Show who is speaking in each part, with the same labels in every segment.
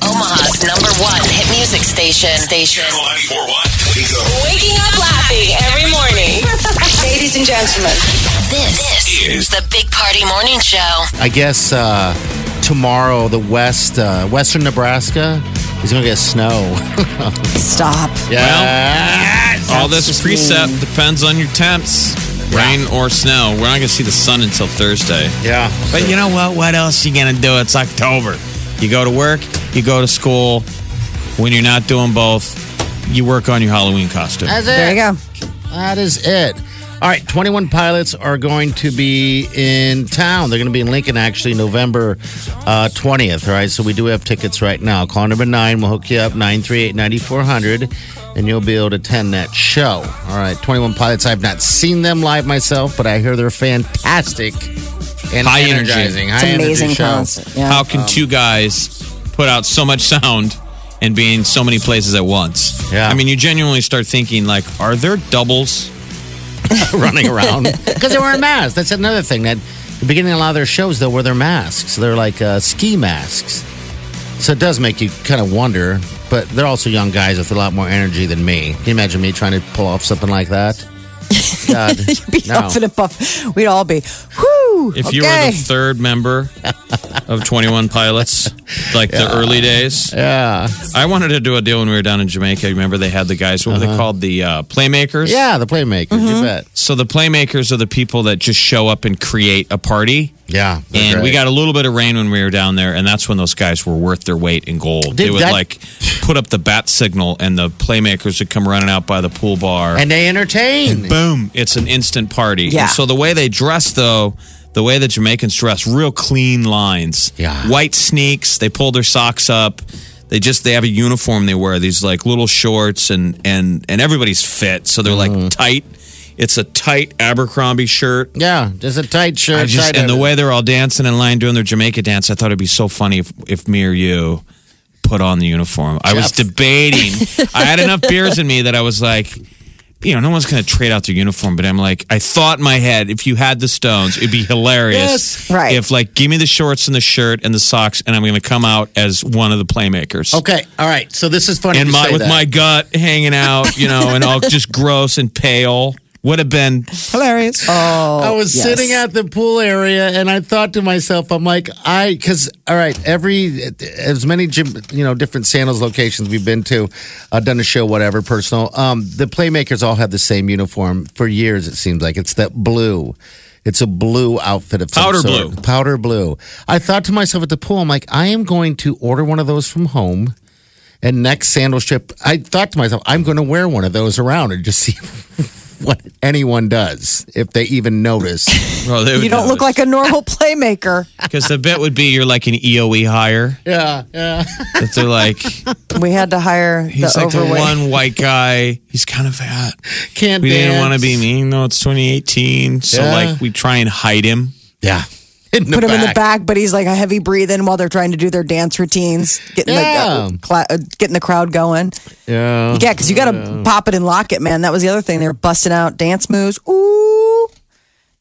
Speaker 1: Omaha's number one hit music station. Station.
Speaker 2: Channel 94.1. We go.
Speaker 1: Waking up laughing every morning.
Speaker 3: Ladies and gentlemen,
Speaker 1: This is the Big Party Morning Show.
Speaker 4: I guess uh, tomorrow the West, uh, Western Nebraska is going to get snow.
Speaker 3: stop.
Speaker 4: yeah.
Speaker 5: All this precept depends on your temps, rain or snow. We're not going to see the sun until Thursday.
Speaker 4: yeah.
Speaker 5: But you know what? What else you going to do? It's October. You go to work, you go to school. When you're not doing both, you work on your Halloween costume.
Speaker 4: That's it.
Speaker 3: There you go.
Speaker 4: That is it. All right, 21 pilots are going to be in town. They're going to be in Lincoln actually November uh, 20th, all right? So we do have tickets right now. Call number nine, we'll hook you up, 938 9400, and you'll be able to attend that show. All right, 21 pilots, I've not seen them live myself, but I hear they're fantastic and
Speaker 5: High energy.
Speaker 4: energizing.
Speaker 3: It's
Speaker 4: High energy
Speaker 3: amazing
Speaker 4: show.
Speaker 3: concert. Yeah.
Speaker 5: How can two guys put out so much sound and be in so many places at once?
Speaker 4: Yeah.
Speaker 5: I mean, you genuinely start thinking like, are there doubles?
Speaker 4: running around because they wearing masks. That's another thing that the beginning of a lot of their shows they'll wear their masks. They're like uh, ski masks, so it does make you kind of wonder. But they're also young guys with a lot more energy than me. Can you imagine me trying to pull off something like that? God,
Speaker 3: be
Speaker 4: no.
Speaker 3: up and above. We'd all be. Whoo!
Speaker 5: If
Speaker 3: okay.
Speaker 5: you were the third member of 21 Pilots, like the early days,
Speaker 4: yeah,
Speaker 5: I wanted to do a deal when we were down in Jamaica. Remember they had the guys, what were they called? The uh, Playmakers?
Speaker 4: Uh-huh. yeah, the playmakers.
Speaker 3: Mm-hmm.
Speaker 4: You bet.
Speaker 5: So the Playmakers are the people that just show up and create a party.
Speaker 4: Yeah, they're
Speaker 5: And we
Speaker 4: great.
Speaker 5: got a little bit of rain when we were down there, and that's when those guys were worth their weight in gold.
Speaker 4: Did
Speaker 5: they would
Speaker 4: that-
Speaker 5: like put up the bat signal, and the playmakers would come running out by the pool bar.
Speaker 4: and they entertain.
Speaker 5: boom, it's an instant party.
Speaker 3: Yeah.
Speaker 5: And so the way they dress, though, the way the Jamaicans dress, real clean lines.
Speaker 4: Yeah.
Speaker 5: White sneaks. They pull their socks up. They just they have a uniform they wear. These like little shorts and and and everybody's fit, so they're like tight. It's a tight Abercrombie shirt.
Speaker 4: yeah, just a tight shirt.
Speaker 5: I just
Speaker 4: tight
Speaker 5: and the
Speaker 4: everything.
Speaker 5: way they're all dancing in line doing their Jamaica dance, I thought it'd be so funny if if me or you put on the uniform. I was
Speaker 4: Jeff.
Speaker 5: debating. I had enough beers in me that I was like, you know, no one's gonna trade out their uniform, but I'm like, I thought in my head, if you had the stones, it'd be hilarious.
Speaker 3: Yes. Right.
Speaker 5: If like give me the shorts and the shirt and the socks and I'm gonna come out as one of the playmakers.
Speaker 4: Okay, all right. So this is funny.
Speaker 5: And
Speaker 4: you
Speaker 5: my
Speaker 4: say
Speaker 5: with
Speaker 4: that.
Speaker 5: my gut hanging out, you know, and all just gross and pale. Would have been hilarious.
Speaker 4: I was
Speaker 3: Oh, yes.
Speaker 4: sitting at the pool area and I thought to myself, I'm like, I, because, all right, every, as many, gym, you know, different sandals locations we've been to, I've done a show, whatever, personal. Um, the Playmakers all have the same uniform for years, it seems like. It's that blue. It's a blue outfit of some
Speaker 5: Powder
Speaker 4: sort.
Speaker 5: blue.
Speaker 4: Powder blue. I thought to myself at the pool, I'm like, I am going to order one of those from home. And next sandal trip, I thought to myself, I'm going to wear one of those around and just see what anyone does, if they even notice.
Speaker 5: Bro, they would
Speaker 3: You don't look
Speaker 5: notice.
Speaker 3: like a normal playmaker.
Speaker 5: Because the bet would be you're like an EOE hire.
Speaker 4: yeah, yeah.
Speaker 5: That they're like,
Speaker 3: We had to hire
Speaker 5: he's
Speaker 3: the
Speaker 5: like the
Speaker 3: overweight.
Speaker 5: one white guy. He's kind of fat.
Speaker 4: Can't
Speaker 5: We didn't
Speaker 4: dance.
Speaker 5: want to be mean. No, it's 2018. So,
Speaker 4: Yeah.
Speaker 5: like, we try and hide him.
Speaker 4: Yeah. In the
Speaker 3: Put him in the back, but he's like a heavy breathing while they're trying to do their dance routines, getting,
Speaker 4: Yeah.
Speaker 3: the, uh, cla- uh, getting the crowd going.
Speaker 4: Yeah.
Speaker 3: Yeah, because you got to pop it and lock it, man. That was the other thing. They were busting out dance moves. Ooh,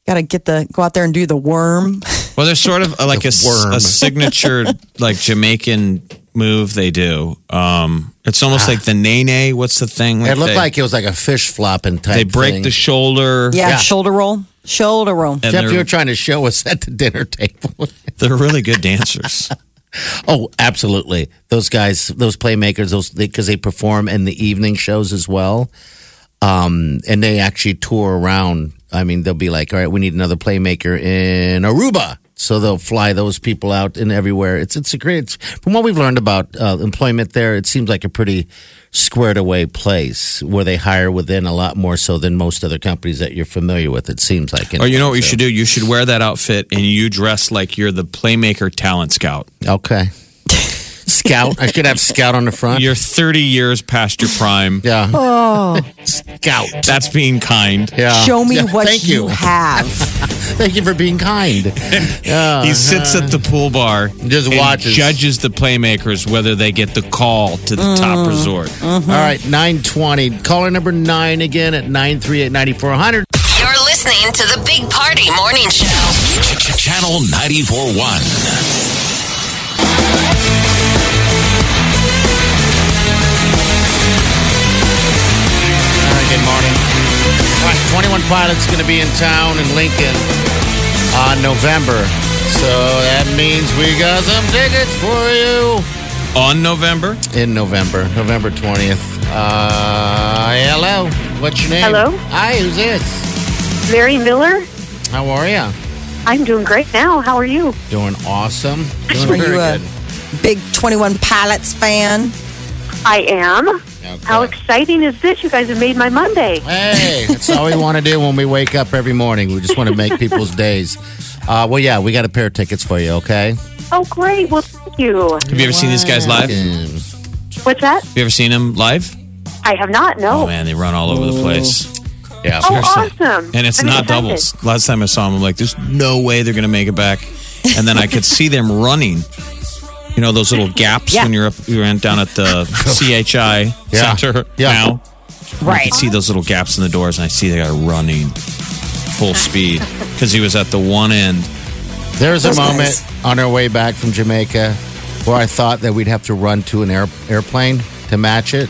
Speaker 3: got to get the go out there and do the worm.
Speaker 5: Well, there's sort of uh, like a, s-
Speaker 4: worm.
Speaker 5: a signature, like, Jamaican move they do. Um, It's almost like the nene. What's the thing?
Speaker 4: Ah. It looked
Speaker 5: they,
Speaker 4: like it was like a fish flopping type
Speaker 5: they break
Speaker 4: thing.
Speaker 5: the shoulder.
Speaker 3: Yeah,
Speaker 4: Yeah.
Speaker 3: shoulder roll, shoulder roll.
Speaker 5: And
Speaker 4: Jeff, you
Speaker 5: they're,
Speaker 4: were trying to show us at the dinner table.
Speaker 5: they're really good dancers.
Speaker 4: oh, absolutely. Those guys, those playmakers, those because they perform in the evening shows as well. Um, and they actually tour around. I mean, they'll be like, all right, we need another playmaker in Aruba. So they'll fly those people out and everywhere. It's it's a great. It's, from what we've learned about uh, employment there, it seems like a pretty squared away place where they hire within a lot more so than most other companies that you're familiar with. It seems like.
Speaker 5: or, Oh, you know what you should do? You should wear that outfit and you dress like you're the playmaker talent scout.
Speaker 4: Okay. Scout. I should have Scout on the front.
Speaker 5: You're 30 years past your prime.
Speaker 4: yeah. Scout.
Speaker 5: That's being kind.
Speaker 4: Yeah.
Speaker 3: Oh. Show me
Speaker 4: Yeah,
Speaker 3: what
Speaker 4: Thank
Speaker 3: you,
Speaker 4: you.
Speaker 3: have.
Speaker 4: Thank you for being kind. Yeah.
Speaker 5: He sits at the pool bar,
Speaker 4: Uh-huh. Just
Speaker 5: and
Speaker 4: watches.
Speaker 5: judges the playmakers whether they get the call to the top
Speaker 4: Uh-huh.
Speaker 5: resort.
Speaker 4: All right, 920. Caller number nine again at 938 9400.
Speaker 1: You're listening to the Big Party Morning Show.
Speaker 2: Channel 94.1.
Speaker 4: All right, good morning. All right, 21 Pilots going to be in town in Lincoln on November. So that means we got some tickets for you
Speaker 5: On November,
Speaker 4: in November, November 20th. Uh, hello. What's your name?
Speaker 6: Hello?
Speaker 4: Hi, who's this?
Speaker 6: Mary Miller,
Speaker 4: How are you?
Speaker 6: I'm doing great now. How are you?
Speaker 4: Doing awesome. Doing
Speaker 3: Are
Speaker 4: very
Speaker 3: you uh, a
Speaker 4: good.
Speaker 3: big 21 Pilots fan?
Speaker 6: I am.
Speaker 4: Okay.
Speaker 6: How exciting is this? You guys have made my Monday.
Speaker 4: Hey, that's all we want to do when we wake up every morning. We just want to make people's days. Uh, well, yeah, we got a pair of tickets for you, okay?
Speaker 6: Oh, great. Well, thank you.
Speaker 5: have you ever seen these guys live? Have
Speaker 6: What's that?
Speaker 5: you ever seen them live?
Speaker 6: I have not. No.
Speaker 5: Oh man, they run all over the place.
Speaker 4: Yeah.
Speaker 6: Oh, awesome.
Speaker 5: And it's
Speaker 6: I'm
Speaker 5: not
Speaker 6: excited.
Speaker 5: doubles. Last time I saw them, I'm like, there's no way they're going to make it back. And then I could see them running. You know those little gaps
Speaker 3: Yeah.
Speaker 5: when you're up, you ran down at the CHI
Speaker 4: Yeah.
Speaker 5: Center
Speaker 4: Yeah.
Speaker 5: now. I
Speaker 3: Right.
Speaker 5: could see those little gaps in the doors, and I see the guy running full speed because he was at the one end.
Speaker 4: There's a
Speaker 3: Those
Speaker 4: moment
Speaker 3: guys.
Speaker 4: on our way back from Jamaica where I thought that we'd have to run to an air- airplane to match it,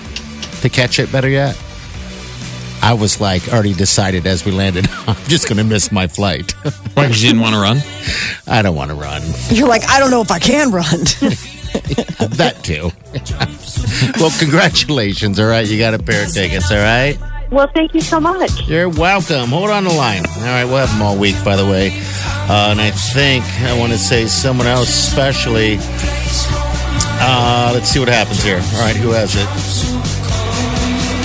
Speaker 4: to catch it, better yet. I was like already decided as we landed, I'm just going to miss my flight.
Speaker 5: Why? Because you didn't want to run.
Speaker 4: I don't want to run.
Speaker 3: You're like, I don't know if I can run.
Speaker 4: That too. well, congratulations. All right. You got a pair of tickets. All right.
Speaker 6: Well, thank you so much.
Speaker 4: You're welcome. Hold on the line. All right, we'll have them all week, by the way. Uh, and I think I want to say someone else, especially. Uh, let's see what happens here. All right, who has it?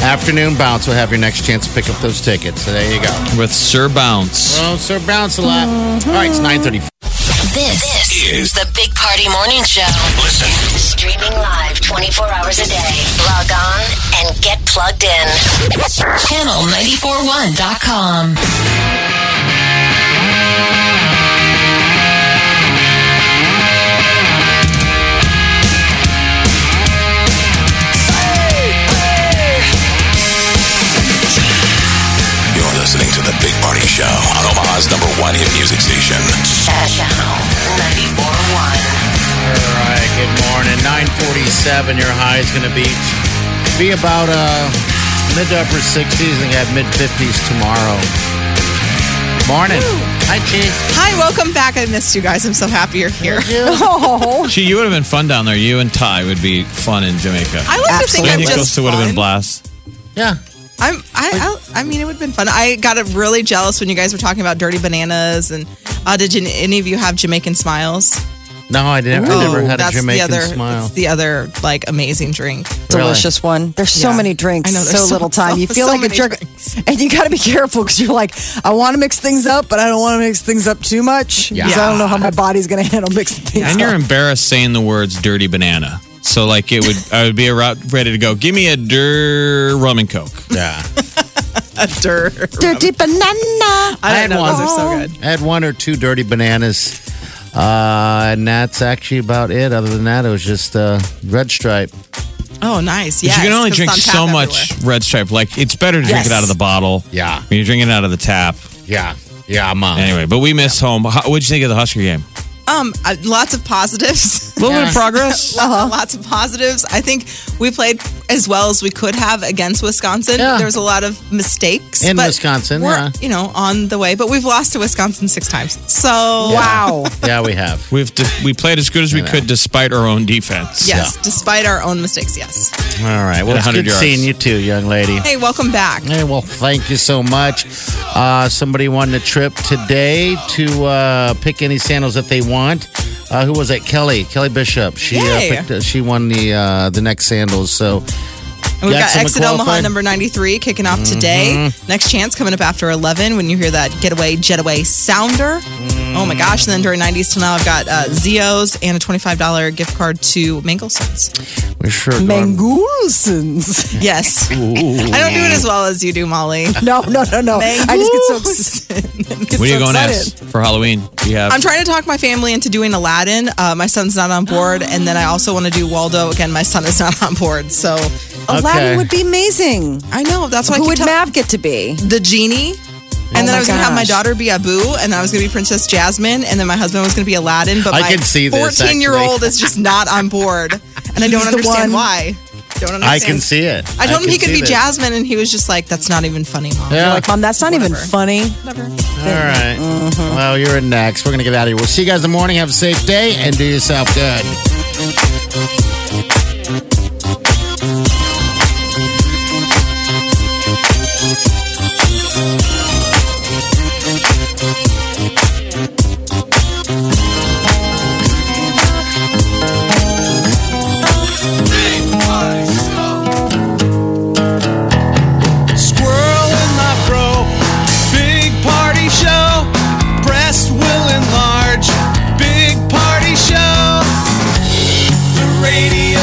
Speaker 4: Afternoon bounce will have your next chance to pick up those tickets. So there you go.
Speaker 5: with Sir Bounce.
Speaker 4: Oh, Sir Bounce a lot. All right, it's nine thirty.
Speaker 1: This, is the Big Party Morning Show.
Speaker 2: Listen.
Speaker 1: Streaming live 24 hours a day. Log on and get plugged in. Channel941.com.
Speaker 2: You're listening to the Big Party Show on Omaha's number one hit music station.
Speaker 1: Channel 941.
Speaker 4: All right, good morning. Nine forty-seven. Your high is going to be be about uh, mid to upper sixties, and have mid fifties tomorrow. Morning. Hi, Chief.
Speaker 7: Hi, welcome back. I missed you guys. I'm so happy you're here.
Speaker 3: oh,
Speaker 5: Gee, you would have been fun down there. You and Ty would be fun in Jamaica.
Speaker 7: I like
Speaker 3: Absolutely.
Speaker 7: to
Speaker 5: and
Speaker 7: think I'm just
Speaker 5: Costa would have been
Speaker 7: fun.
Speaker 5: blast.
Speaker 4: Yeah.
Speaker 7: I'm, I, I, I mean, it would have been fun. I got really jealous when you guys were talking about dirty bananas and uh, did you, any of you have Jamaican smiles?
Speaker 4: No, I didn't. I never had a Jamaican
Speaker 7: the other.
Speaker 4: smile.
Speaker 7: It's the other like amazing drink.
Speaker 3: delicious one. There's so
Speaker 7: Yeah.
Speaker 3: many drinks,
Speaker 7: I know,
Speaker 3: so,
Speaker 7: there's so-
Speaker 3: little time. You
Speaker 7: so-
Speaker 3: feel
Speaker 7: so
Speaker 3: like a
Speaker 7: many
Speaker 3: jerk,
Speaker 7: drinks.
Speaker 3: and you got to be careful because you're like, I want to mix things up, but I don't want to mix things up too much because I don't know how my body's going to handle mixing things
Speaker 5: And you're
Speaker 3: up.
Speaker 5: embarrassed saying the words "dirty banana." So like it would, I would be around ready to go. Give me a dir rum and coke.
Speaker 4: Yeah.
Speaker 7: A dirt.
Speaker 3: Dirty banana.
Speaker 7: I
Speaker 4: had
Speaker 7: don't know. Those
Speaker 4: one.
Speaker 7: are
Speaker 3: Oh.
Speaker 7: so good.
Speaker 4: I had one or two dirty bananas. Uh, and that's actually about it. Other than that, it was just uh, red stripe.
Speaker 7: Oh, nice.
Speaker 5: But
Speaker 7: Yeah.
Speaker 5: you can only drink so much Red Stripe. Like it's better to drink
Speaker 3: Yes.
Speaker 5: it out of the bottle.
Speaker 4: Yeah.
Speaker 5: when you drink it out of the tap.
Speaker 4: Yeah. Yeah, mom.
Speaker 5: Anyway, but we miss home. How- What'd you think of the Husker game?
Speaker 7: Um, uh, lots of positives.
Speaker 5: A little bit of progress.
Speaker 3: Uh-huh.
Speaker 7: Lots of positives. I think we played as well as we could have against Wisconsin.
Speaker 4: Yeah.
Speaker 7: There was a lot of mistakes
Speaker 4: In
Speaker 7: but
Speaker 4: Wisconsin,
Speaker 7: we're,
Speaker 4: yeah.
Speaker 7: You know, on the way, but we've lost to Wisconsin six times. So
Speaker 3: Wow.
Speaker 4: yeah, we have.
Speaker 5: We've de- we played as good as we could despite our own defense.
Speaker 7: Yes, despite our own mistakes. Yes.
Speaker 4: All right.
Speaker 5: At
Speaker 4: Well, it's
Speaker 5: 100
Speaker 4: good
Speaker 5: yards.
Speaker 4: seeing you too, young lady.
Speaker 7: Hey, welcome back.
Speaker 4: Hey, well, thank you so much. Uh, somebody won the trip today to uh, pick any sandals that they want. Uh, who was it? Kelly, Kelly Bishop. She uh,
Speaker 7: Yay.
Speaker 4: picked, uh, she won the uh, the next sandals. So
Speaker 7: And we've
Speaker 4: Got
Speaker 7: got,
Speaker 4: someone
Speaker 7: Exit Omaha
Speaker 4: qualified?
Speaker 7: number 93 kicking off today. Next chance coming up after 11 when you hear that getaway, jetaway sounder. Oh my gosh. And then during 90s till now, I've got uh, Zio's and a $25 gift card to Mangelson's.
Speaker 4: We're sure. going-
Speaker 3: Mangulsons.
Speaker 7: Yes. I don't do it as well as you do, Molly.
Speaker 3: No, no, no, no. I just get so, ex- get
Speaker 5: What are
Speaker 3: so
Speaker 5: you going to
Speaker 3: excited.
Speaker 5: ask for Halloween? Do you have?
Speaker 7: I'm trying to talk my family into doing Aladdin. Uh, my son's not on board, and then I also want to do Waldo. Again, my son is not on board, so
Speaker 4: Okay.
Speaker 3: Aladdin would be amazing.
Speaker 7: I know that's why I
Speaker 3: Who
Speaker 7: keep
Speaker 3: would
Speaker 7: tell-
Speaker 3: Mav get to be?
Speaker 7: the genie. And then
Speaker 3: my
Speaker 7: I was going to have my
Speaker 3: gosh.
Speaker 7: daughter be Abu, and I was going to be Princess Jasmine, and then my husband was going to be Aladdin. But
Speaker 4: I
Speaker 7: my
Speaker 4: can see this,
Speaker 7: year old is just not on board, and I don't
Speaker 3: He's the
Speaker 7: understand
Speaker 3: one.
Speaker 7: why. Don't understand.
Speaker 4: I can see it.
Speaker 7: I told him he
Speaker 4: can
Speaker 7: could
Speaker 4: see
Speaker 7: be
Speaker 4: this.
Speaker 7: Jasmine, and he was just like, "That's not even funny, mom."
Speaker 4: Yeah.
Speaker 3: Like, mom, that's not even
Speaker 7: Whatever.
Speaker 3: funny.
Speaker 7: Whatever.
Speaker 4: All right.
Speaker 7: uh-huh.
Speaker 4: Well, you're in next. We're going to get out of here. We'll see you guys in the morning. Have a safe day and do yourself good.
Speaker 5: Squirrel in my bro. Big party show. Breast will enlarge. Big party show. The radio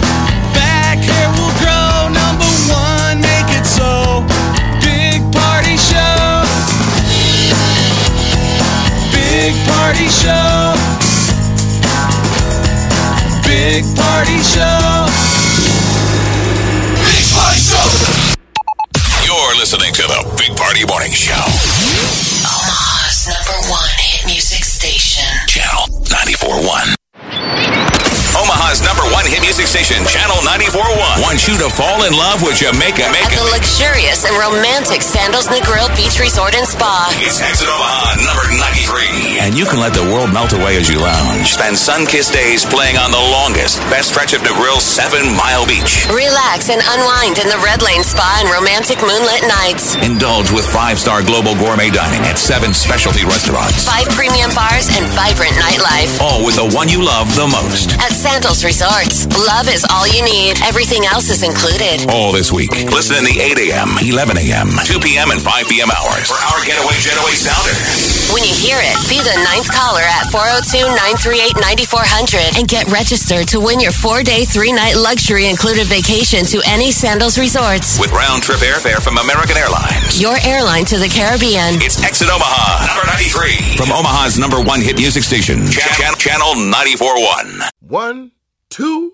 Speaker 5: Back hair will grow. Number one, make it so. Big party show. Big party show. Big party show.
Speaker 2: Big Party Show. You're listening to the Big Party Morning Show.
Speaker 1: Omaha's number one hit music station.
Speaker 2: Channel 94.1. Omaha's number one hit music station, Channel 94.1, wants you to fall in love with Jamaica.
Speaker 1: At the
Speaker 2: Jamaica.
Speaker 1: luxurious and romantic Sandals Negril Beach Resort and Spa.
Speaker 2: It's Exit Omaha, number 93. And you can let the world melt away as you lounge. Spend sun-kissed days playing on the longest, best stretch of Negrill's seven-mile beach.
Speaker 1: Relax and unwind in the Red Lane Spa and romantic moonlit nights.
Speaker 2: Indulge with five-star global gourmet dining at seven specialty restaurants.
Speaker 1: Five premium bars and vibrant nightlife.
Speaker 2: All with the one you love the most.
Speaker 1: At Sandals Resorts, love is all you need. Everything else is included.
Speaker 2: All this week. Listen in the 8 a.m., 11 a.m., 2 p.m., and 5 p.m. hours for our Getaway Getaway Sounder.
Speaker 1: When you hear it, be the ninth caller at 402-938-9400 and get registered to win your four-day, three-night luxury included vacation to any Sandals Resorts.
Speaker 2: With round-trip airfare from American Airlines.
Speaker 1: Your airline to the Caribbean.
Speaker 2: It's Exit Omaha, number 93. From Omaha's number one hit music station, Channel, Channel 94.1.
Speaker 8: One, two,